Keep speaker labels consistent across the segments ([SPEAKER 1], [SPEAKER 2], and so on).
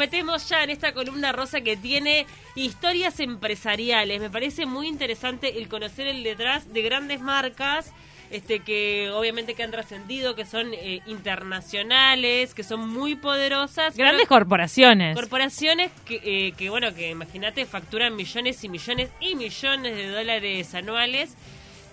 [SPEAKER 1] Estamos ya en esta columna rosa que tiene historias empresariales. Me parece muy interesante el conocer el detrás de grandes marcas. Este, que obviamente que han trascendido, que son eh, internacionales, que son muy poderosas.
[SPEAKER 2] Grandes
[SPEAKER 1] Pero-
[SPEAKER 2] corporaciones.
[SPEAKER 1] Corporaciones que, eh, que, bueno, que imagínate, facturan millones y millones y millones de dólares anuales,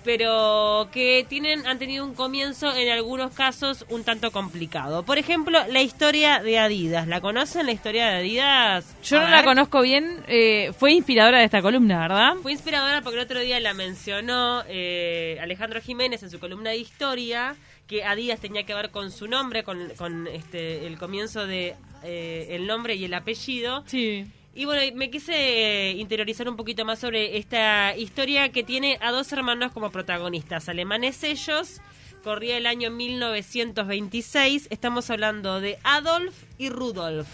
[SPEAKER 1] pero que tienen han tenido un comienzo en algunos casos un tanto complicado. Por ejemplo, la historia de Adidas. ¿La conocen la historia de Adidas?
[SPEAKER 2] Yo
[SPEAKER 1] A
[SPEAKER 2] no la
[SPEAKER 1] ver.
[SPEAKER 2] conozco bien. eh, fue inspiradora de esta columna, ¿verdad?
[SPEAKER 1] Fue inspiradora porque el otro día la mencionó eh, Alejandro Jiménez en su columna de historia, que Adidas tenía que ver con su nombre, con, con, este, el comienzo de eh, el nombre y el apellido.
[SPEAKER 2] Sí.
[SPEAKER 1] Y bueno, y me quise eh, interiorizar un poquito más sobre esta historia que tiene a dos hermanos como protagonistas, alemanes ellos. Corría el año 1926. Estamos hablando de Adolf y Rudolf.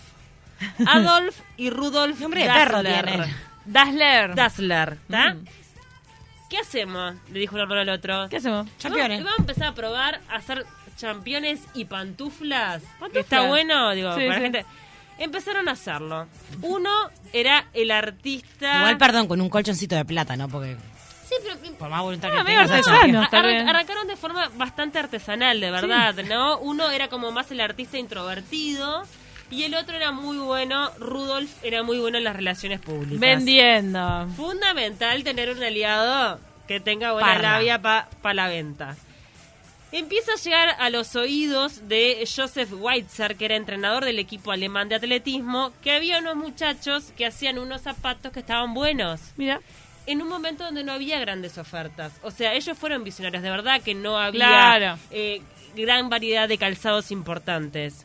[SPEAKER 1] Adolf y Rudolf
[SPEAKER 3] Nombre de perro
[SPEAKER 1] Dassler.
[SPEAKER 3] tienen.
[SPEAKER 2] Dazzler.
[SPEAKER 1] Dassler, ¿tá?
[SPEAKER 2] Mm.
[SPEAKER 1] ¿Qué hacemos? Le dijo un hermano al otro.
[SPEAKER 2] ¿Qué hacemos?
[SPEAKER 3] Campeones.
[SPEAKER 1] Vamos, vamos a empezar a probar a hacer championes y pantuflas.
[SPEAKER 2] Pantuflas.
[SPEAKER 1] Que está bueno, digo,
[SPEAKER 2] Sí,
[SPEAKER 1] para
[SPEAKER 2] sí.
[SPEAKER 1] gente. Empezaron a hacerlo. Uno era el artista.
[SPEAKER 3] Igual, perdón, con un colchoncito de plata, ¿no? Porque
[SPEAKER 1] Sí, pero-
[SPEAKER 3] por más voluntad
[SPEAKER 2] Ah,
[SPEAKER 3] que
[SPEAKER 2] medio
[SPEAKER 3] tengas, no
[SPEAKER 2] artesano.
[SPEAKER 3] champion.
[SPEAKER 2] No, está
[SPEAKER 1] Arran-
[SPEAKER 2] bien.
[SPEAKER 1] arrancaron de forma bastante artesanal, de verdad, ¿no? Uno era como más el artista introvertido y el otro era muy bueno, Rudolf era muy bueno en las relaciones públicas.
[SPEAKER 2] Vendiendo.
[SPEAKER 1] Fundamental tener un aliado que tenga buena
[SPEAKER 3] Parla.
[SPEAKER 1] labia para la venta. Empieza a llegar a los oídos de Joseph Weitzer, que era entrenador del equipo alemán de atletismo, que había unos muchachos que hacían unos zapatos que estaban buenos
[SPEAKER 2] Mira.
[SPEAKER 1] en un momento donde no había grandes ofertas. O sea, ellos fueron visionarios, de verdad que no había
[SPEAKER 2] Claro.
[SPEAKER 1] eh, gran variedad de calzados importantes.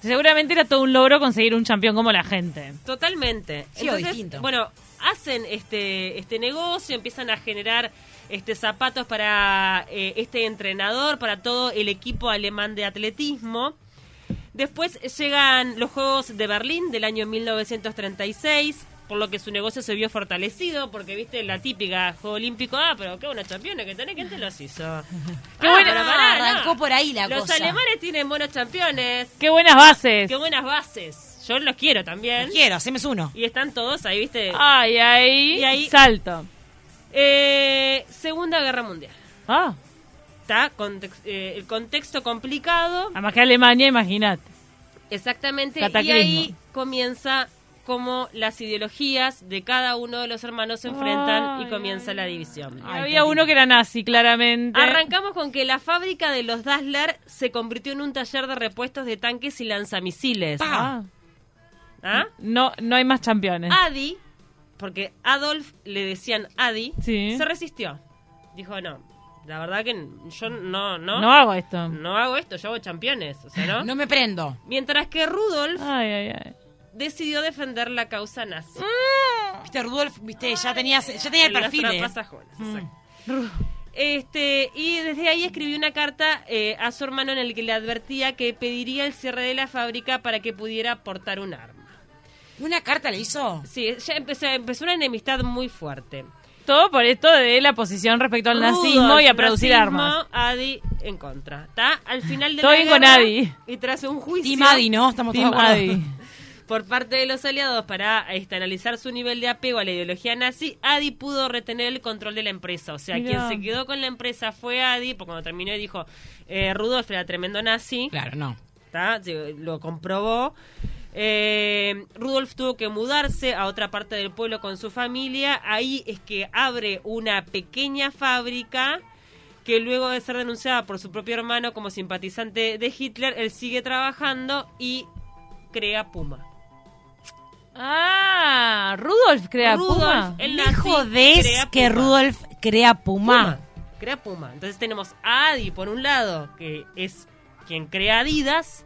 [SPEAKER 2] Seguramente era todo un logro conseguir un campeón como la gente.
[SPEAKER 1] Totalmente.
[SPEAKER 3] Sí, o distinto.
[SPEAKER 1] bueno, hacen este, este negocio, empiezan a generar este zapatos para eh, este entrenador, para todo el equipo alemán de atletismo. Después llegan los Juegos de Berlín del año 1936, por lo que su negocio se vio fortalecido, porque viste la típica Juego Olímpico, ah, pero qué buena championa que tenés, ¿quién te los hizo?
[SPEAKER 2] Qué
[SPEAKER 1] Ah,
[SPEAKER 2] buena-
[SPEAKER 1] pero pará,
[SPEAKER 3] arrancó
[SPEAKER 1] no.
[SPEAKER 3] por ahí la
[SPEAKER 1] Los
[SPEAKER 3] cosa.
[SPEAKER 1] alemanes tienen buenos campeones,
[SPEAKER 2] Qué buenas bases.
[SPEAKER 1] qué buenas bases. Yo los quiero también.
[SPEAKER 3] Quiero, hacemos uno.
[SPEAKER 1] Y están todos ahí, ¿viste?
[SPEAKER 2] Ay, ahí,
[SPEAKER 1] Y ahí-
[SPEAKER 2] salto.
[SPEAKER 1] Eh, Segunda Guerra Mundial.
[SPEAKER 2] Ah,
[SPEAKER 1] Está context- eh, el contexto complicado.
[SPEAKER 2] además que Alemania, imagínate.
[SPEAKER 1] Exactamente. Y
[SPEAKER 2] Cataclismo.
[SPEAKER 1] ahí comienza cómo las ideologías de cada uno de los hermanos se enfrentan
[SPEAKER 2] Ay,
[SPEAKER 1] y comienza
[SPEAKER 2] ay,
[SPEAKER 1] la
[SPEAKER 2] ay.
[SPEAKER 1] división.
[SPEAKER 2] Y había uno que era nazi, claramente.
[SPEAKER 1] Arrancamos con que la fábrica de los Dassler se convirtió en un taller de repuestos de tanques y lanzamisiles.
[SPEAKER 2] Ah,
[SPEAKER 1] ¿Ah?
[SPEAKER 2] no, no hay más campeones.
[SPEAKER 1] Adi, porque Adolf le decían Adi,
[SPEAKER 2] Sí.
[SPEAKER 1] se resistió. Dijo, no, la verdad que yo no, no,
[SPEAKER 2] No hago esto.
[SPEAKER 1] no hago esto, yo hago campeones, o sea, ¿no?
[SPEAKER 3] No me prendo.
[SPEAKER 1] Mientras que Rudolf
[SPEAKER 2] Ay, ay, ay.
[SPEAKER 1] decidió defender la causa
[SPEAKER 2] Mm,
[SPEAKER 1] nazi.
[SPEAKER 3] Viste, Rudolf, viste, ya tenía, ya tenía el
[SPEAKER 1] En las
[SPEAKER 3] perfil. eh.
[SPEAKER 1] trampas
[SPEAKER 2] Mm.
[SPEAKER 1] sajonas, exacto. Este, y desde ahí escribió una carta eh, a su hermano en el que le advertía que pediría el cierre de la fábrica para que pudiera portar un arma.
[SPEAKER 3] ¿Una carta le hizo?
[SPEAKER 1] Sí, ya empezó, empezó una enemistad muy fuerte.
[SPEAKER 2] Todo por esto de la posición respecto al nazismo
[SPEAKER 1] Rudolf,
[SPEAKER 2] y a producir
[SPEAKER 1] nazismo,
[SPEAKER 2] armas.
[SPEAKER 1] Adi en contra. ¿Está? Al final de
[SPEAKER 2] Todo
[SPEAKER 1] la
[SPEAKER 2] bien con
[SPEAKER 1] guerra,
[SPEAKER 2] Adi.
[SPEAKER 1] Y tras un juicio
[SPEAKER 3] Team Adi, ¿no? Estamos todos
[SPEAKER 2] Team
[SPEAKER 3] de acuerdo.
[SPEAKER 2] Adi.
[SPEAKER 1] por parte de los aliados para este, analizar su nivel de apego a la ideología nazi, Adi pudo retener el control de la empresa. O sea,
[SPEAKER 2] Mirá.
[SPEAKER 1] quien se quedó con la empresa fue Adi, porque cuando terminó dijo, eh, Rudolf era tremendo nazi.
[SPEAKER 3] Claro, no.
[SPEAKER 1] ¿tá? Se- lo comprobó. Eh, Rudolf tuvo que mudarse a otra parte del pueblo con su familia. Ahí es que abre una pequeña fábrica que luego de ser denunciada por su propio hermano como simpatizante de Hitler, él sigue trabajando y crea Puma.
[SPEAKER 2] Ah, Rudolf crea
[SPEAKER 1] Rudolf,
[SPEAKER 2] Puma.
[SPEAKER 1] el
[SPEAKER 3] No
[SPEAKER 1] nazi,
[SPEAKER 3] jodés
[SPEAKER 1] crea
[SPEAKER 3] que
[SPEAKER 1] Puma.
[SPEAKER 3] Rudolf crea Puma.
[SPEAKER 1] Puma. Crea Puma. Entonces tenemos a Adi por un lado, que es quien crea Adidas,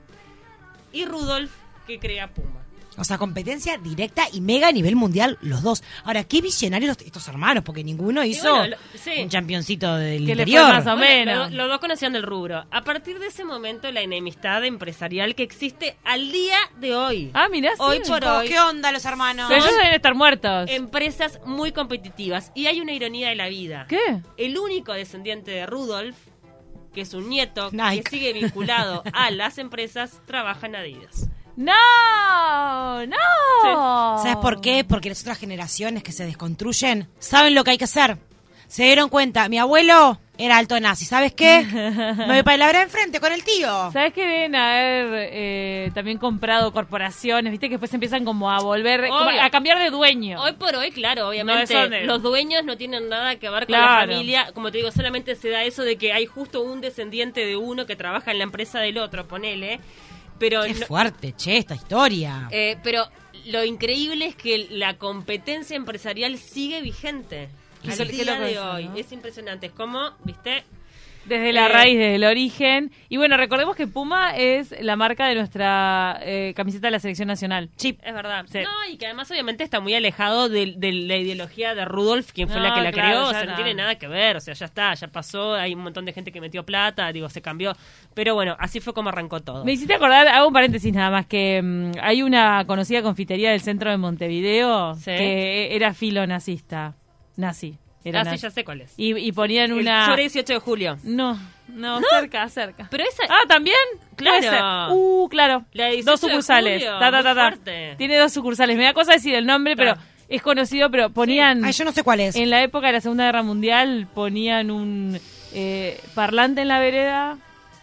[SPEAKER 1] y Rudolf que crea Puma.
[SPEAKER 3] O sea, competencia directa y mega a nivel mundial, los dos. Ahora, qué visionarios los- estos hermanos, porque ninguno hizo
[SPEAKER 1] bueno, lo- sí.
[SPEAKER 3] un championcito del
[SPEAKER 2] Que le fue
[SPEAKER 3] interior.
[SPEAKER 2] más o
[SPEAKER 1] Bueno,
[SPEAKER 2] menos.
[SPEAKER 1] lo- los dos conocían del rubro. A partir de ese momento, la enemistad empresarial que existe al día de hoy.
[SPEAKER 2] Ah, mirá, sí.
[SPEAKER 1] Hoy por
[SPEAKER 3] Chicos,
[SPEAKER 1] hoy.
[SPEAKER 3] ¿Qué onda los hermanos?
[SPEAKER 2] Pero ellos deben estar muertos.
[SPEAKER 1] Em, Empresas muy competitivas. Y hay una ironía de la vida.
[SPEAKER 2] ¿Qué?
[SPEAKER 1] El único descendiente de Rudolf, que es un nieto,
[SPEAKER 3] Nike.
[SPEAKER 1] que sigue vinculado a las empresas, trabaja en Adidas.
[SPEAKER 2] ¡No! ¡No!
[SPEAKER 3] ¿Sabes por qué? Porque las otras generaciones que se desconstruyen saben lo que hay que hacer. Se dieron cuenta, mi abuelo era alto nazi, ¿sabes qué? Me voy para la hora de enfrente con el tío.
[SPEAKER 2] ¿Sabes que deben haber eh, también comprado corporaciones? ¿Viste que después empiezan como a volver, como
[SPEAKER 1] Obvio.
[SPEAKER 2] a cambiar de dueño?
[SPEAKER 1] Hoy por hoy, claro, obviamente,
[SPEAKER 2] No, eso de-
[SPEAKER 1] los dueños no tienen nada que ver con la
[SPEAKER 2] Claro.
[SPEAKER 1] familia. Como te digo, solamente se da eso de que hay justo un descendiente de uno que trabaja en la empresa del otro, ponele. Pero
[SPEAKER 3] Qué
[SPEAKER 1] no-
[SPEAKER 3] fuerte, che, esta historia.
[SPEAKER 1] eh, pero lo increíble es que la competencia empresarial sigue vigente.
[SPEAKER 2] Y
[SPEAKER 1] Al
[SPEAKER 2] sí, qué
[SPEAKER 1] día
[SPEAKER 2] loco
[SPEAKER 1] de
[SPEAKER 2] eso,
[SPEAKER 1] hoy.
[SPEAKER 2] ¿no?
[SPEAKER 1] Es impresionante. Es como, ¿viste?
[SPEAKER 2] Desde la
[SPEAKER 1] Eh,
[SPEAKER 2] raíz, desde el origen. Y bueno, recordemos que Puma es la marca de nuestra eh, camiseta de la selección nacional.
[SPEAKER 3] Sí.
[SPEAKER 1] Es verdad.
[SPEAKER 2] Sí.
[SPEAKER 1] No, y que además obviamente está muy alejado de, de la ideología de Rudolf, quien fue
[SPEAKER 2] No,
[SPEAKER 1] la que la
[SPEAKER 2] claro,
[SPEAKER 1] creó. O
[SPEAKER 2] ya
[SPEAKER 1] sea, no
[SPEAKER 2] no.
[SPEAKER 1] tiene nada que ver. O sea, ya está, ya pasó. Hay un montón de gente que metió plata, digo, se cambió. Pero bueno, así fue como arrancó todo.
[SPEAKER 2] Me hiciste acordar, hago un paréntesis nada más, que mm, hay una conocida confitería del centro de Montevideo
[SPEAKER 1] Sí.
[SPEAKER 2] que era filonazista. Nazi. Era
[SPEAKER 1] Ah, sí,
[SPEAKER 2] nazi.
[SPEAKER 1] ya sé cuál es.
[SPEAKER 2] Y, y ponían
[SPEAKER 1] El-
[SPEAKER 2] una...
[SPEAKER 1] sobre 18 de julio.
[SPEAKER 2] No, no, cerca, cerca.
[SPEAKER 1] Pero esa...
[SPEAKER 2] Ah, ¿también?
[SPEAKER 1] Claro.
[SPEAKER 2] Puede ser. Uh, claro.
[SPEAKER 1] La de 18
[SPEAKER 2] dos
[SPEAKER 1] de
[SPEAKER 2] sucursales.
[SPEAKER 1] julio,
[SPEAKER 2] Ta, ta,
[SPEAKER 1] muy
[SPEAKER 2] ta, ta.
[SPEAKER 1] fuerte.
[SPEAKER 2] Tiene dos sucursales. Me da cosa decir el nombre,
[SPEAKER 1] Claro.
[SPEAKER 2] pero es conocido, pero ponían...
[SPEAKER 3] Ay, yo no sé cuál es.
[SPEAKER 2] En la época de la Segunda Guerra Mundial ponían un eh, parlante en la vereda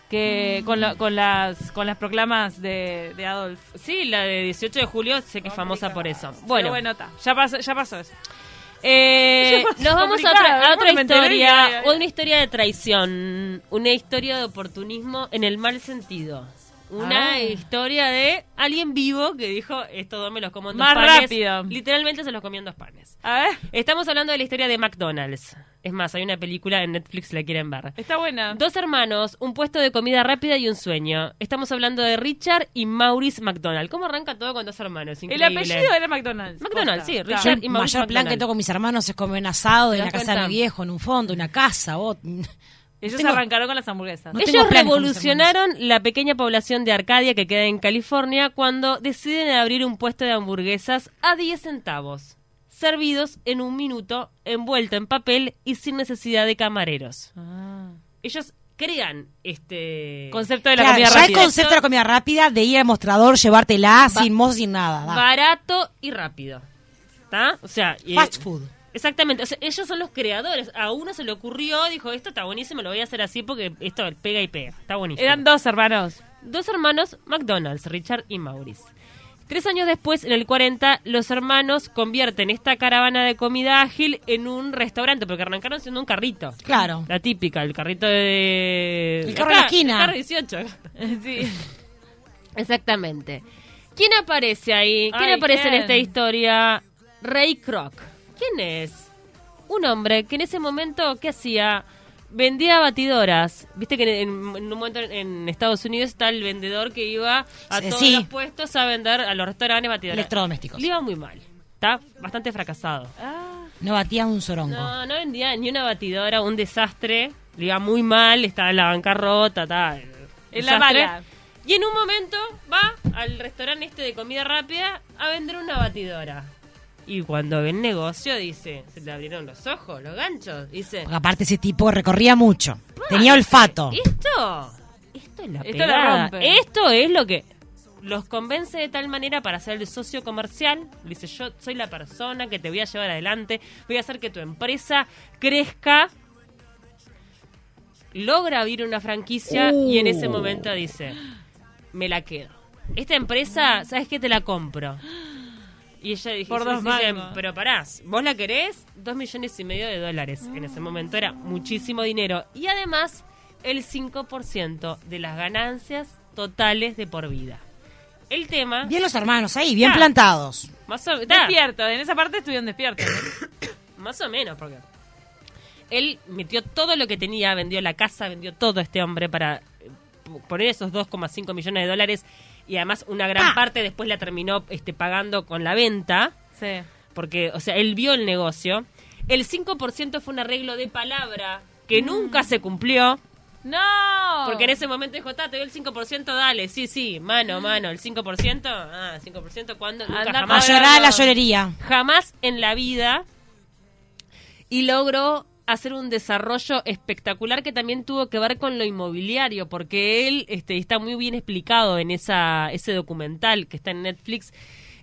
[SPEAKER 2] que con, la- con las con las proclamas de, de Adolf.
[SPEAKER 1] Sí, la de 18 de julio sé que es famosa por eso.
[SPEAKER 2] Pero
[SPEAKER 1] Bueno,
[SPEAKER 2] bueno, ta, ya pasó, ya pasó eso.
[SPEAKER 1] Eh, nos vamos a
[SPEAKER 2] Complicado, ¿eh?
[SPEAKER 1] otra, a otra
[SPEAKER 2] me enteré y-
[SPEAKER 1] historia,
[SPEAKER 2] ay, ay.
[SPEAKER 1] una historia de traición, una historia de oportunismo en el mal sentido. Una
[SPEAKER 2] Ah.
[SPEAKER 1] historia de alguien vivo que dijo, estos dos me los como en dos
[SPEAKER 2] Más
[SPEAKER 1] panes.
[SPEAKER 2] rápido.
[SPEAKER 1] Literalmente se los comí en dos panes.
[SPEAKER 2] A ver,
[SPEAKER 1] Estamos hablando de la historia de McDonald's. Es más, hay una película en Netflix, la quieren ver.
[SPEAKER 2] está buena.
[SPEAKER 1] Dos hermanos, un puesto de comida rápida y un sueño. Estamos hablando de Richard y Maurice McDonald. ¿Cómo arranca todo con dos hermanos?
[SPEAKER 2] El
[SPEAKER 1] Increíble.
[SPEAKER 2] apellido era McDonald's.
[SPEAKER 1] McDonald's, sí,
[SPEAKER 2] Claro.
[SPEAKER 3] Yo
[SPEAKER 1] Richard.
[SPEAKER 3] el
[SPEAKER 1] y Mauricio
[SPEAKER 3] mayor plan
[SPEAKER 1] McDonald.
[SPEAKER 3] que tengo con mis hermanos es comer un asado
[SPEAKER 1] ¿Te
[SPEAKER 3] en la
[SPEAKER 1] das
[SPEAKER 3] casa de
[SPEAKER 1] cuenta?
[SPEAKER 3] mi viejo, en un fondo, una casa. vos.
[SPEAKER 2] Ellos
[SPEAKER 3] Tengo-
[SPEAKER 2] arrancaron con las hamburguesas.
[SPEAKER 3] No tengo
[SPEAKER 1] Ellos
[SPEAKER 3] planes con mis
[SPEAKER 1] revolucionaron la pequeña población de Arcadia que queda en California cuando deciden abrir un puesto de hamburguesas a 10 centavos, servidos en un minuto, envuelto en papel y sin necesidad de camareros.
[SPEAKER 2] Ah.
[SPEAKER 1] Ellos crean este
[SPEAKER 2] Concepto de la
[SPEAKER 3] Claro,
[SPEAKER 2] comida
[SPEAKER 3] ya el
[SPEAKER 2] rápida.
[SPEAKER 3] concepto de la comida rápida, de ir al mostrador, llevártela sin mozo, sin nada. da.
[SPEAKER 1] barato y rápido. ¿Está? O sea, y-
[SPEAKER 3] Fast food.
[SPEAKER 1] Exactamente, o sea, ellos son los creadores. A uno se le ocurrió, dijo, esto está buenísimo, lo voy a hacer así porque esto pega y pega. Está buenísimo.
[SPEAKER 2] Eran dos hermanos.
[SPEAKER 1] dos hermanos McDonald's, Richard y Maurice. Tres años después, en el 40, los hermanos convierten esta caravana de comida ágil en un restaurante, porque arrancaron siendo un carrito.
[SPEAKER 3] Claro.
[SPEAKER 1] La típica, el carrito de...
[SPEAKER 3] El carro de la esquina.
[SPEAKER 1] El carro 18.
[SPEAKER 2] Sí.
[SPEAKER 1] Exactamente. ¿Quién aparece ahí? ¿Quién
[SPEAKER 2] Ay,
[SPEAKER 1] aparece en
[SPEAKER 2] ¿quién?
[SPEAKER 1] esta historia? Ray Kroc. ¿Quién es? Un hombre que en ese momento, ¿qué hacía? Vendía batidoras. Viste que en, en un momento en- en Estados Unidos está el vendedor que iba a
[SPEAKER 3] Sí,
[SPEAKER 1] todos
[SPEAKER 3] sí.
[SPEAKER 1] los puestos a vender a los restaurantes batidoras.
[SPEAKER 3] Electrodomésticos.
[SPEAKER 1] Le iba muy mal. Está bastante fracasado.
[SPEAKER 2] Ah.
[SPEAKER 3] No batía un sorongo.
[SPEAKER 1] No, no vendía ni una batidora, un desastre. Le iba muy mal, estaba en la bancarrota, tal.
[SPEAKER 2] En la mala.
[SPEAKER 1] Y en un momento va al restaurante este de comida rápida a vender una batidora. Y cuando ve el negocio, dice, se le abrieron los ojos, los ganchos. Dice,
[SPEAKER 3] Porque aparte ese tipo recorría mucho.
[SPEAKER 1] Ah,
[SPEAKER 3] Tenía olfato.
[SPEAKER 1] esto, esto es la
[SPEAKER 2] Esto la
[SPEAKER 1] pegada.
[SPEAKER 2] rompe.
[SPEAKER 1] Esto es lo que los convence de tal manera para ser el socio comercial. Le dice, yo soy la persona que te voy a llevar adelante, voy a hacer que tu empresa crezca. Logra abrir una franquicia y en ese momento dice, me la quedo. Esta empresa, ¿sabes qué? Te la compro. Y ella dijo,
[SPEAKER 2] Por dos
[SPEAKER 1] dicen,
[SPEAKER 2] mangos.
[SPEAKER 1] pero pará, vos la querés, dos millones y medio de dólares. En ese momento era muchísimo dinero. Y además, el 5% de las ganancias totales de por vida. El tema...
[SPEAKER 3] Bien los hermanos ahí, bien
[SPEAKER 1] Ah.
[SPEAKER 3] plantados.
[SPEAKER 1] Más o, ta,
[SPEAKER 2] Despierto, en esa parte estuvieron despiertos. ¿eh? ¿no?
[SPEAKER 1] más o menos, porque... Él metió todo lo que tenía, vendió la casa, vendió todo este hombre para eh, p- poner esos 2,5 millones de dólares y además una gran
[SPEAKER 3] Ah.
[SPEAKER 1] parte después la terminó este, pagando con la venta.
[SPEAKER 2] Sí.
[SPEAKER 1] porque, o sea, él vio el negocio. El 5% fue un arreglo de palabra
[SPEAKER 3] Mm.
[SPEAKER 1] que nunca se cumplió,
[SPEAKER 2] No.
[SPEAKER 1] porque
[SPEAKER 3] Oh.
[SPEAKER 1] en ese momento dijo, ta, te doy el 5%, dale, sí, sí, mano, mano, el 5%, ah, 5%, ¿cuándo? Nunca,
[SPEAKER 2] Anda
[SPEAKER 3] Mm. A
[SPEAKER 1] jamás,
[SPEAKER 2] pa'
[SPEAKER 3] llorar a la
[SPEAKER 2] bravo.
[SPEAKER 3] llorería.
[SPEAKER 1] jamás en la vida. Y logró hacer un desarrollo espectacular que también tuvo que ver con lo inmobiliario, porque él este, está muy bien explicado en esa, ese documental que está en Netflix,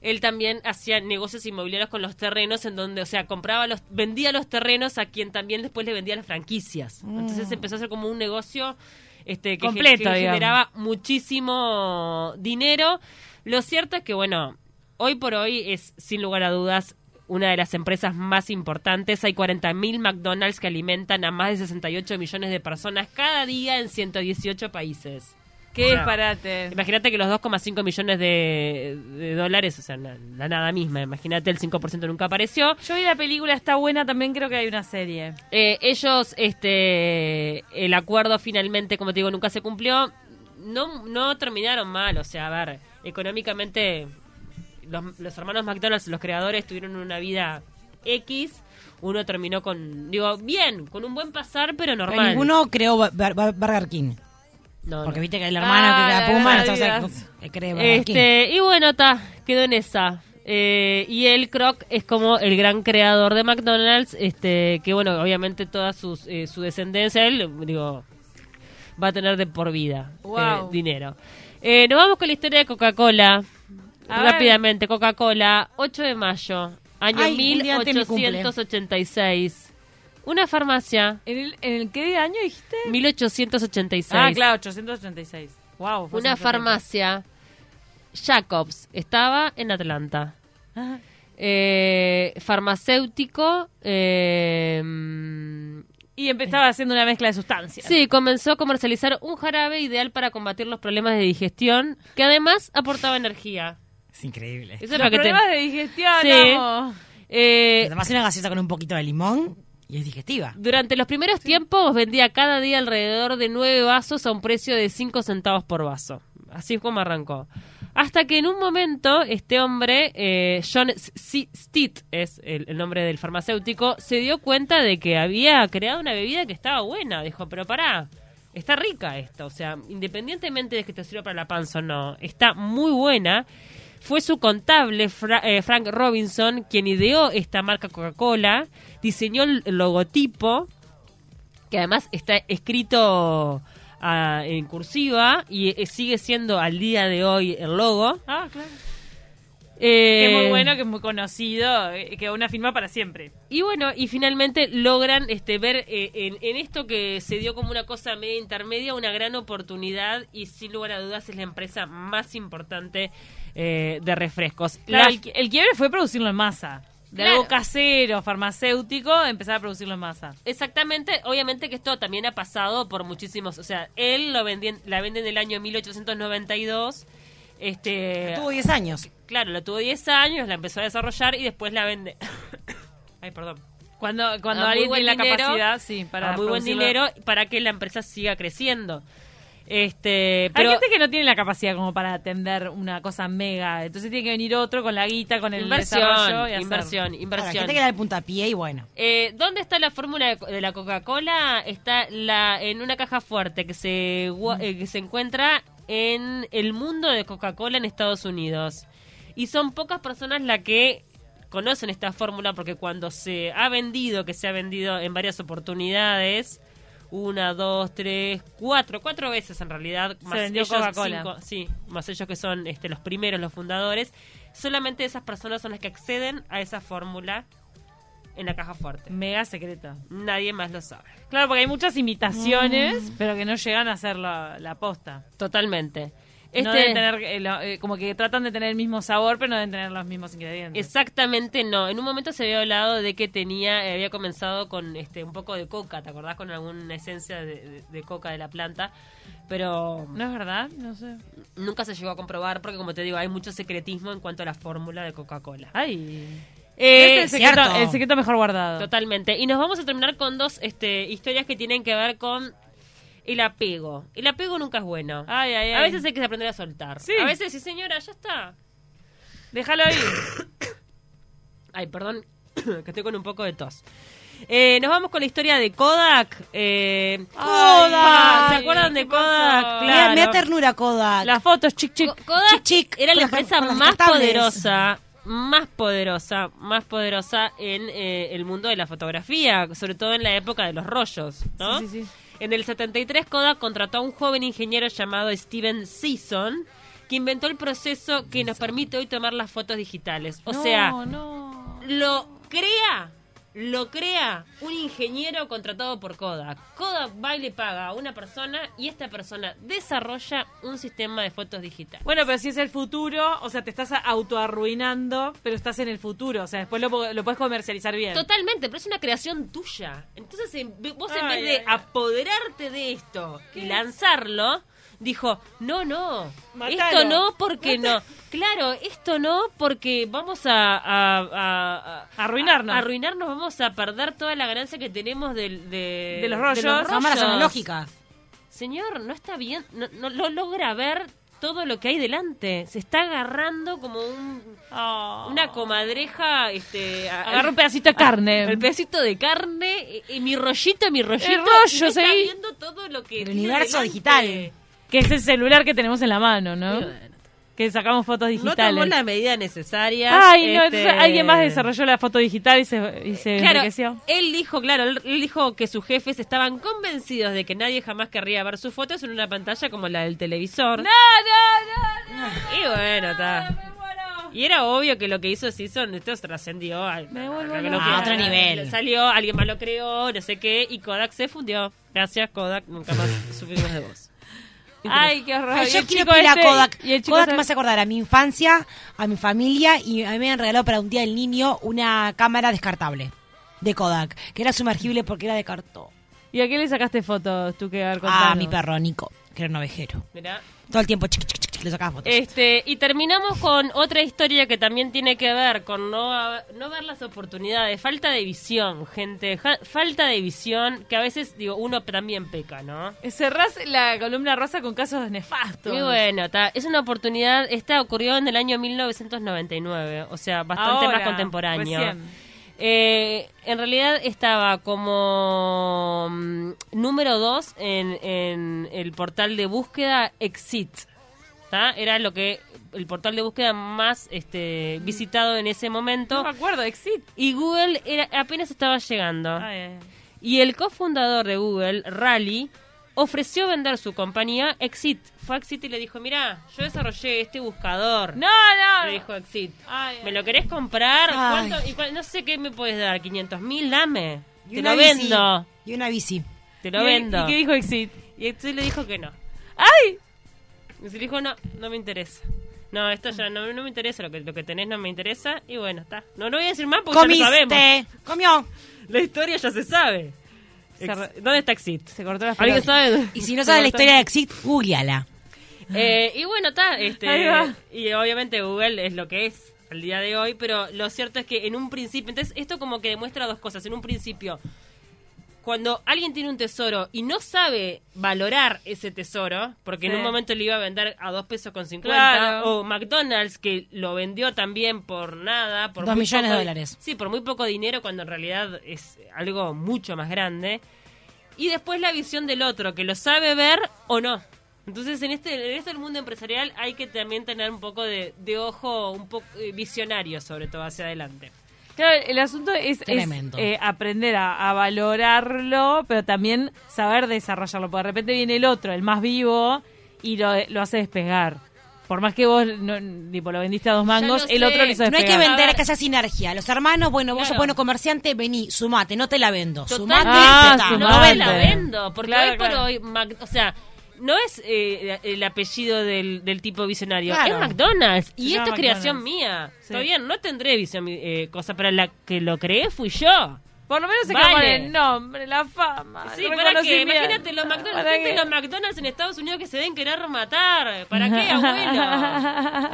[SPEAKER 1] él también hacía negocios inmobiliarios con los terrenos, en donde, o sea, compraba los, vendía los terrenos a quien también después le vendía las franquicias. Entonces empezó a ser como un negocio este, que,
[SPEAKER 2] Mm. Completo,
[SPEAKER 1] ge- que
[SPEAKER 2] digamos.
[SPEAKER 1] generaba muchísimo dinero. Lo cierto es que, bueno, hoy por hoy es, sin lugar a dudas, una de las empresas más importantes. Hay 40.000 McDonald's que alimentan a más de 68 millones de personas cada día en 118 países.
[SPEAKER 2] Qué disparate.
[SPEAKER 1] Imagínate que los 2,5 millones de, de dólares, o sea, na- la nada misma, imagínate el 5% nunca apareció.
[SPEAKER 2] Yo vi la película, está buena, también creo que hay una serie.
[SPEAKER 1] Eh, ellos, este, el acuerdo finalmente, como te digo, nunca se cumplió. No, no terminaron mal, o sea, a ver, económicamente los, los hermanos McDonald's, los creadores, tuvieron una vida X. Uno terminó con, digo, bien, con un buen pasar, pero
[SPEAKER 3] Pero
[SPEAKER 1] normal.
[SPEAKER 3] ninguno creó Bar- Bar- Bar- Burger King.
[SPEAKER 1] No, no.
[SPEAKER 3] Porque viste que el hermano
[SPEAKER 2] Ah,
[SPEAKER 3] que
[SPEAKER 2] la
[SPEAKER 3] era Puma,
[SPEAKER 2] gran
[SPEAKER 3] entonces,
[SPEAKER 2] Adidas.
[SPEAKER 3] que cree Burger King.
[SPEAKER 1] Este, y bueno, ta, quedó en esa. Eh, y el Croc es como el gran creador de McDonald's, este, que bueno, obviamente toda sus, eh, su descendencia, él, digo, va a tener de por vida eh,
[SPEAKER 2] Guau.
[SPEAKER 1] dinero. Eh, nos vamos con la historia de Coca-Cola.
[SPEAKER 2] A
[SPEAKER 1] Rápidamente, Coca-Cola, 8 de mayo, año
[SPEAKER 3] Ay, un día antes de mi cumple.
[SPEAKER 1] 1886. Una farmacia,
[SPEAKER 2] ¿En el, en el qué año dijiste?
[SPEAKER 1] 1886.
[SPEAKER 2] Ah, claro, 886. Wow. fue
[SPEAKER 1] Una
[SPEAKER 2] hace mucho tiempo.
[SPEAKER 1] farmacia, Jacobs, estaba en Atlanta.
[SPEAKER 2] Ah,
[SPEAKER 1] eh, farmacéutico. eh, mm,
[SPEAKER 2] Y empezaba haciendo una mezcla de sustancias.
[SPEAKER 1] sí, comenzó a comercializar un jarabe ideal para combatir los problemas de digestión, que además aportaba energía.
[SPEAKER 3] Es increíble.
[SPEAKER 1] Eso es
[SPEAKER 2] Los
[SPEAKER 1] lo que te-
[SPEAKER 2] problemas de digestión,
[SPEAKER 1] Sí.
[SPEAKER 2] amo.
[SPEAKER 1] Eh,
[SPEAKER 3] Además, una gaseosa con un poquito de limón y es digestiva.
[SPEAKER 1] durante los primeros tiempos vendía cada día alrededor de nueve vasos a un precio de cinco centavos por vaso. Así es como arrancó. Hasta que en un momento este hombre, eh, John S- S- Stitt es el, el nombre del farmacéutico, se dio cuenta de que había creado una bebida que estaba buena. Dijo, pero pará, está rica esta. O sea, independientemente de que te sirva para la panza o no, está muy buena. Fue su contable, Fra- eh, Frank Robinson, quien ideó esta marca Coca-Cola, diseñó el logotipo, que además está escrito ah, en cursiva y eh, sigue siendo al día de hoy el logo.
[SPEAKER 2] Ah, claro.
[SPEAKER 1] Eh,
[SPEAKER 2] Que es muy bueno, que es muy conocido, eh, que una firma para siempre.
[SPEAKER 1] Y bueno, y finalmente logran este ver eh, en, en esto que se dio como una cosa media intermedia una gran oportunidad y sin lugar a dudas es la empresa más importante eh, de refrescos.
[SPEAKER 2] Claro,
[SPEAKER 1] La-
[SPEAKER 2] el, qui- el quiebre fue producirlo en masa. De
[SPEAKER 1] Claro.
[SPEAKER 2] algo casero, farmacéutico, empezar a producirlo en masa.
[SPEAKER 1] Exactamente, obviamente que esto también ha pasado por muchísimos, o sea, él lo vendien- la vende en el año 1892, este,
[SPEAKER 3] Tuvo 10 años.
[SPEAKER 1] claro, lo tuvo 10 años, la empezó a desarrollar y después la vende. Ay, perdón.
[SPEAKER 2] Cuando, cuando
[SPEAKER 1] A Ah, muy
[SPEAKER 2] alguien
[SPEAKER 1] buen
[SPEAKER 2] tiene la
[SPEAKER 1] dinero,
[SPEAKER 2] capacidad, sí, para
[SPEAKER 1] Para muy buen
[SPEAKER 2] producirlo.
[SPEAKER 1] dinero para que la empresa siga creciendo. Este,
[SPEAKER 2] Hay
[SPEAKER 1] pero
[SPEAKER 2] gente que no tiene la capacidad como para atender una cosa mega, entonces tiene que venir otro con la guita, con el desarrollo
[SPEAKER 1] inversión,
[SPEAKER 2] y hacer.
[SPEAKER 1] inversión,
[SPEAKER 3] Ahora,
[SPEAKER 1] inversión.
[SPEAKER 3] gente que da el puntapié y bueno.
[SPEAKER 1] Eh, ¿Dónde está la fórmula de co- de la Coca-Cola? Está la en una caja fuerte que se,
[SPEAKER 2] Mm.
[SPEAKER 1] gua- eh, que se encuentra en el mundo de Coca-Cola en Estados Unidos. Y son pocas personas las que conocen esta fórmula porque cuando se ha vendido, que se ha vendido en varias oportunidades, una, dos, tres, cuatro, cuatro veces en realidad, más
[SPEAKER 2] vendió
[SPEAKER 1] ellos
[SPEAKER 2] Coca-Cola.
[SPEAKER 1] cinco- sí, más ellos que son este, los primeros, los fundadores, solamente esas personas son las que acceden a esa fórmula en la caja fuerte.
[SPEAKER 2] Mega secreto.
[SPEAKER 1] Nadie más lo sabe.
[SPEAKER 2] Claro, porque hay muchas
[SPEAKER 1] Mm.
[SPEAKER 2] imitaciones, pero que no llegan a ser la, la posta.
[SPEAKER 1] Totalmente.
[SPEAKER 2] No
[SPEAKER 1] Este,
[SPEAKER 2] deben tener, eh, lo- eh, como que tratan de tener el mismo sabor, pero no deben tener los mismos ingredientes.
[SPEAKER 1] exactamente no. En un momento se había hablado de que tenía, eh, había comenzado con este un poco de coca, ¿te acordás? Con alguna esencia de, de- de coca de la planta, pero
[SPEAKER 2] ¿No es verdad? No sé.
[SPEAKER 1] nunca se llegó a comprobar porque, como te digo, hay mucho secretismo en cuanto a la fórmula de Coca-Cola.
[SPEAKER 2] Ay.
[SPEAKER 1] Eh,
[SPEAKER 2] Ah, Este es el secreto,
[SPEAKER 3] cierto.
[SPEAKER 2] el secreto mejor guardado.
[SPEAKER 1] Totalmente. Y nos vamos a terminar con dos este, historias que tienen que ver con el apego. El apego nunca es bueno.
[SPEAKER 2] Ay, ay, ay.
[SPEAKER 1] A veces hay que aprender a soltar.
[SPEAKER 2] Ah, Sí.
[SPEAKER 1] A veces sí, señora, ya está.
[SPEAKER 2] Déjalo ir.
[SPEAKER 1] Ay, perdón, que estoy con un poco de tos. Eh, nos vamos con la historia de Kodak. Eh,
[SPEAKER 2] Kodak.
[SPEAKER 1] ¿Se acuerdan de
[SPEAKER 2] ¿Qué pasó?
[SPEAKER 1] Kodak? Claro.
[SPEAKER 2] Me- me
[SPEAKER 3] Mira, mira ternura, Kodak.
[SPEAKER 2] Las fotos, chic, chic.
[SPEAKER 1] Co- Kodak
[SPEAKER 3] Chic, chic,
[SPEAKER 1] era la
[SPEAKER 3] con las-
[SPEAKER 1] empresa
[SPEAKER 3] con las
[SPEAKER 1] más
[SPEAKER 3] descartables.
[SPEAKER 1] poderosa, más poderosa, más poderosa en eh, el mundo de la fotografía, sobre todo en la época de los rollos, ¿no?
[SPEAKER 2] Sí, sí, sí.
[SPEAKER 1] En el 73 Kodak contrató a un joven ingeniero llamado Steven Season, que inventó el proceso que nos permite hoy tomar las fotos digitales. O
[SPEAKER 2] No,
[SPEAKER 1] sea,
[SPEAKER 2] no.
[SPEAKER 1] lo crea, lo crea un ingeniero contratado por Kodak. Kodak va y le paga a una persona y esta persona desarrolla un sistema de fotos digital.
[SPEAKER 2] Bueno, pero si es el futuro, o sea, te estás autoarruinando, pero estás en el futuro. O sea, después lo, lo puedes comercializar bien.
[SPEAKER 1] Totalmente, pero es una creación tuya. Entonces en- vos en
[SPEAKER 2] Ay,
[SPEAKER 1] vez de
[SPEAKER 2] ay, ay.
[SPEAKER 1] apoderarte de esto y lanzarlo, dijo, no, no,
[SPEAKER 2] Matalo.
[SPEAKER 1] esto no porque no. Claro, esto no porque vamos a... a- a- a-
[SPEAKER 2] Arruinarnos.
[SPEAKER 1] a- arruinarnos, vamos a perder toda la ganancia que tenemos del- de,
[SPEAKER 2] De los rollos.
[SPEAKER 3] Cámaras
[SPEAKER 1] rollos.
[SPEAKER 3] analógicas.
[SPEAKER 1] Señor, no está bien, no, no lo logra ver todo lo que hay delante. Se está agarrando como un-
[SPEAKER 2] Oh.
[SPEAKER 1] una comadreja... Este, a-
[SPEAKER 2] Agarra un pedacito de carne.
[SPEAKER 1] el pedacito de carne y, y mi rollito, mi rollito.
[SPEAKER 2] El rollo,
[SPEAKER 1] y no está
[SPEAKER 2] seguí.
[SPEAKER 1] viendo todo lo que
[SPEAKER 3] El
[SPEAKER 1] tiene
[SPEAKER 3] universo
[SPEAKER 1] delante.
[SPEAKER 3] digital.
[SPEAKER 2] Que es el celular que tenemos en la mano, ¿no? Que sacamos
[SPEAKER 1] No
[SPEAKER 2] fotos digitales.
[SPEAKER 1] tomó las medidas necesarias.
[SPEAKER 2] Ay, no,
[SPEAKER 1] este-
[SPEAKER 2] entonces alguien más desarrolló la foto digital y se, y se
[SPEAKER 1] Claro,
[SPEAKER 2] enriqueció.
[SPEAKER 1] él dijo, claro, él él dijo que sus jefes estaban convencidos de que nadie jamás querría ver sus fotos en una pantalla como la del televisor.
[SPEAKER 2] no,
[SPEAKER 1] Y bueno, está. Y era obvio que lo que hizo Sison, esto trascendió al
[SPEAKER 2] Me vuelvo
[SPEAKER 1] a
[SPEAKER 2] loca.
[SPEAKER 3] A otro nivel.
[SPEAKER 1] Salió, alguien más lo creó, no sé qué, y Kodak se fundió. Gracias, Kodak, nunca más supimos de vos.
[SPEAKER 2] Ay, qué horror.
[SPEAKER 3] Ay,
[SPEAKER 2] Y
[SPEAKER 3] yo
[SPEAKER 2] el
[SPEAKER 3] quiero
[SPEAKER 2] chico
[SPEAKER 3] ir a
[SPEAKER 2] este-
[SPEAKER 3] Kodak.
[SPEAKER 2] y el chico
[SPEAKER 3] Kodak
[SPEAKER 2] este-
[SPEAKER 3] me hace acordar a mi infancia, a mi familia y a mí me han regalado para un día del niño una cámara descartable de Kodak, que era sumergible porque era de cartón.
[SPEAKER 2] ¿Y a qué le sacaste fotos tú que ver con
[SPEAKER 3] Ah, mi perro Nico, que era un ovejero.
[SPEAKER 1] Mirá.
[SPEAKER 3] Todo el tiempo chiqui, chiqui, chiqui, le sacaba fotos.
[SPEAKER 1] Este, y terminamos con otra historia que también tiene que ver con no, ha- no ver las oportunidades, falta de visión, gente, ja- falta de visión, que a veces, digo, uno también peca, ¿no?
[SPEAKER 2] Cerrás la columna rosa con casos nefastos.
[SPEAKER 1] Muy bueno, ta- es una oportunidad, esta ocurrió en el año 1999, o sea, bastante
[SPEAKER 2] Ahora,
[SPEAKER 1] más contemporáneo.
[SPEAKER 2] recién.
[SPEAKER 1] Eh, en realidad estaba como mm, número 2 en, en el portal de búsqueda Exit. ¿tá? Era lo que el portal de búsqueda más
[SPEAKER 2] Mm.
[SPEAKER 1] este, visitado en ese momento.
[SPEAKER 2] No me acuerdo, Exit.
[SPEAKER 1] Y Google era, apenas estaba llegando.
[SPEAKER 2] Ay, ay, ay.
[SPEAKER 1] Y el cofundador de Google, Rally, ofreció vender su compañía Exit. Fue a Exit y le dijo, mira, yo desarrollé este buscador.
[SPEAKER 2] No, no.
[SPEAKER 1] Le dijo Exit.
[SPEAKER 2] Ay, ay.
[SPEAKER 1] ¿Me lo querés comprar?
[SPEAKER 3] Ay.
[SPEAKER 1] ¿Cuánto? ¿Y cuál- No sé qué me puedes dar, 500 mil, dame.
[SPEAKER 3] Y
[SPEAKER 1] Te
[SPEAKER 3] una
[SPEAKER 1] lo
[SPEAKER 3] bici.
[SPEAKER 1] vendo.
[SPEAKER 3] Y una bici.
[SPEAKER 1] Te
[SPEAKER 2] ¿Y-
[SPEAKER 1] lo vendo.
[SPEAKER 2] ¿Y qué dijo Exit?
[SPEAKER 1] Y Exit le dijo que no.
[SPEAKER 2] ¡Ay!
[SPEAKER 1] Y se le dijo, no, no me interesa. No, esto ya no, no me interesa, lo que, lo que tenés no me interesa. Y bueno, está. No, no voy a decir más porque ya lo sabemos.
[SPEAKER 3] Comiste. Comió.
[SPEAKER 1] La historia ya se sabe.
[SPEAKER 2] Se
[SPEAKER 1] Ex-
[SPEAKER 2] re-
[SPEAKER 1] ¿Dónde está Exit?
[SPEAKER 2] Se cortó las
[SPEAKER 1] ¿Alguien
[SPEAKER 2] pelotas.
[SPEAKER 1] sabe?
[SPEAKER 3] Y si no sabes la historia de Exit, googleala.
[SPEAKER 1] Eh, y bueno, está, este,
[SPEAKER 2] Ahí va.
[SPEAKER 1] y obviamente Google es lo que es al día de hoy, pero lo cierto es que en un principio, entonces esto como que demuestra dos cosas, en un principio, cuando alguien tiene un tesoro y no sabe valorar ese tesoro, porque en
[SPEAKER 2] Sí.
[SPEAKER 1] un momento le iba a vender a dos pesos con 50,
[SPEAKER 2] Claro.
[SPEAKER 1] o McDonald's que lo vendió también por nada, por
[SPEAKER 3] Dos
[SPEAKER 1] muy
[SPEAKER 3] millones de
[SPEAKER 1] poco-
[SPEAKER 3] dólares.
[SPEAKER 1] Sí, por muy poco dinero cuando en realidad es algo mucho más grande. Y después la visión del otro, que lo sabe ver o no. Entonces en este, en este mundo empresarial hay que también tener un poco de, de ojo, un poco eh, visionario sobre todo hacia adelante.
[SPEAKER 2] Claro, el asunto es, es,
[SPEAKER 3] Tremendo.
[SPEAKER 2] eh, aprender a, a valorarlo, pero también saber desarrollarlo. Porque de repente viene el otro, el más vivo, y lo, lo hace despegar. Por más que vos no, tipo, lo vendiste a dos mangos,
[SPEAKER 1] no
[SPEAKER 2] el
[SPEAKER 1] sé.
[SPEAKER 2] otro lo hizo
[SPEAKER 1] No
[SPEAKER 2] despegar.
[SPEAKER 3] No hay que
[SPEAKER 1] A
[SPEAKER 3] vender,
[SPEAKER 1] ver.
[SPEAKER 3] hay que hacer sinergia. Los hermanos, bueno, vos sos
[SPEAKER 1] Claro.
[SPEAKER 3] bueno comerciante, vení, sumate, no te la vendo. Sumate,
[SPEAKER 2] Ah,
[SPEAKER 3] ya
[SPEAKER 1] no
[SPEAKER 3] está, no
[SPEAKER 2] sumate.
[SPEAKER 1] la
[SPEAKER 3] vendo.
[SPEAKER 1] vendo, porque
[SPEAKER 2] Claro,
[SPEAKER 1] hoy por
[SPEAKER 2] claro.
[SPEAKER 1] hoy, Mac- o sea, no es eh, el apellido del, del tipo visionario,
[SPEAKER 3] Claro.
[SPEAKER 1] es McDonald's
[SPEAKER 2] Se
[SPEAKER 1] y
[SPEAKER 2] llama
[SPEAKER 1] esto es creación
[SPEAKER 2] McDonald's.
[SPEAKER 1] mía.
[SPEAKER 2] Sí.
[SPEAKER 1] Está bien, no tendré visión, eh, cosa, pero la que lo creé fui yo.
[SPEAKER 2] Por lo menos se
[SPEAKER 1] Vale.
[SPEAKER 2] quedó con el nombre, la fama.
[SPEAKER 1] Sí,
[SPEAKER 2] el
[SPEAKER 1] para que,
[SPEAKER 2] reconocimiento.
[SPEAKER 1] imagínate los McDonald's,
[SPEAKER 2] Ah, Para
[SPEAKER 1] gente
[SPEAKER 2] que-
[SPEAKER 1] de los McDonald's en Estados Unidos que se deben querer matar. ¿Para qué, abuelo? ¿Te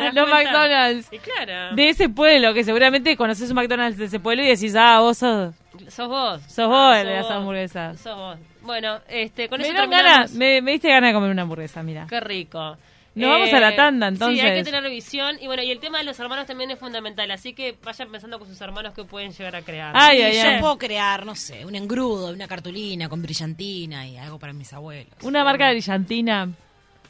[SPEAKER 1] das
[SPEAKER 2] Los
[SPEAKER 1] cuenta?
[SPEAKER 2] McDonald's.
[SPEAKER 1] Y claro,
[SPEAKER 2] De ese pueblo, que seguramente conoces un McDonald's de ese pueblo y decís, ah, vos sos,
[SPEAKER 1] sos vos.
[SPEAKER 2] sos vos el
[SPEAKER 1] Sos
[SPEAKER 2] de las
[SPEAKER 1] vos.
[SPEAKER 2] hamburguesas.
[SPEAKER 1] Sos vos. Bueno, este, con
[SPEAKER 2] Me,
[SPEAKER 1] eso
[SPEAKER 2] dieron
[SPEAKER 1] terminamos.
[SPEAKER 2] ganas- me, me diste ganas de comer una hamburguesa, mira.
[SPEAKER 1] Qué rico. Eh,
[SPEAKER 2] Nos vamos a la tanda, entonces.
[SPEAKER 1] Sí, hay que tener visión. Y bueno, y el tema de los hermanos también es fundamental. Así que vayan pensando con sus hermanos que pueden llegar a crear.
[SPEAKER 2] Ay,
[SPEAKER 3] Sí,
[SPEAKER 2] ay,
[SPEAKER 3] yo
[SPEAKER 2] ay.
[SPEAKER 3] puedo crear, no sé, un engrudo, una cartulina con brillantina y algo para mis abuelos.
[SPEAKER 2] Una marca de brillantina.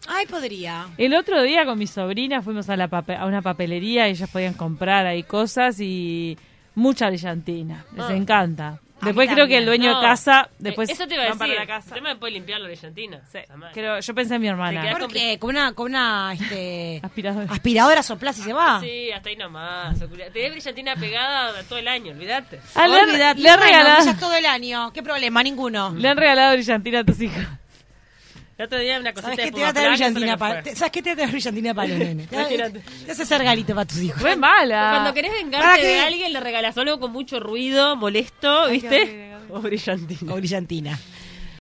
[SPEAKER 3] Ay, podría.
[SPEAKER 2] El otro día con mi sobrina fuimos a, la pape- a una papelería y ellas podían comprar ahí cosas y mucha brillantina. Les
[SPEAKER 1] Ah.
[SPEAKER 2] encanta.
[SPEAKER 3] mí
[SPEAKER 2] Después creo que
[SPEAKER 3] también.
[SPEAKER 2] el dueño
[SPEAKER 1] No,
[SPEAKER 2] de casa,
[SPEAKER 1] eh,
[SPEAKER 2] después
[SPEAKER 1] Eso te iba a
[SPEAKER 2] van
[SPEAKER 1] decir.
[SPEAKER 2] para la casa.
[SPEAKER 1] El tema de poder limpiar la brillantina.
[SPEAKER 2] Sí,
[SPEAKER 1] Esa madre.
[SPEAKER 2] creo- yo pensé en mi
[SPEAKER 1] Te Ah, quedás
[SPEAKER 2] hermana.
[SPEAKER 1] con-
[SPEAKER 3] Porque con una, con una este,
[SPEAKER 2] Aspiradora.
[SPEAKER 3] aspiradora soplás y se va.
[SPEAKER 1] Sí, hasta ahí nomás. Tenés brillantina pegada todo el año, olvidate.
[SPEAKER 2] Ah, le, han-
[SPEAKER 3] Olvidate.
[SPEAKER 2] le han
[SPEAKER 3] Bueno,
[SPEAKER 2] regalado,
[SPEAKER 3] brillas todo el año. ¿Qué problema? Ninguno.
[SPEAKER 2] le han regalado brillantina a tus hijos.
[SPEAKER 1] El otro día una cosita
[SPEAKER 3] ¿Sabes qué
[SPEAKER 1] de
[SPEAKER 3] te va a traer
[SPEAKER 1] espuma blanca,
[SPEAKER 3] brillantina para este-
[SPEAKER 1] eso es lo que fue.
[SPEAKER 3] ¿Sabes qué te va a traer brillantina para los nenes? Te va-
[SPEAKER 1] Imagínate.
[SPEAKER 3] te vas a hacer galito para tus hijos.
[SPEAKER 2] Fue
[SPEAKER 3] Ah.
[SPEAKER 2] mala.
[SPEAKER 1] Cuando querés
[SPEAKER 3] ¿Para
[SPEAKER 1] vengarte
[SPEAKER 3] qué?
[SPEAKER 1] de alguien, le regalás algo con mucho ruido, molesto,
[SPEAKER 2] Ay, qué
[SPEAKER 1] ¿viste?
[SPEAKER 2] horrible, Gaby.
[SPEAKER 1] O brillantina.
[SPEAKER 3] O brillantina.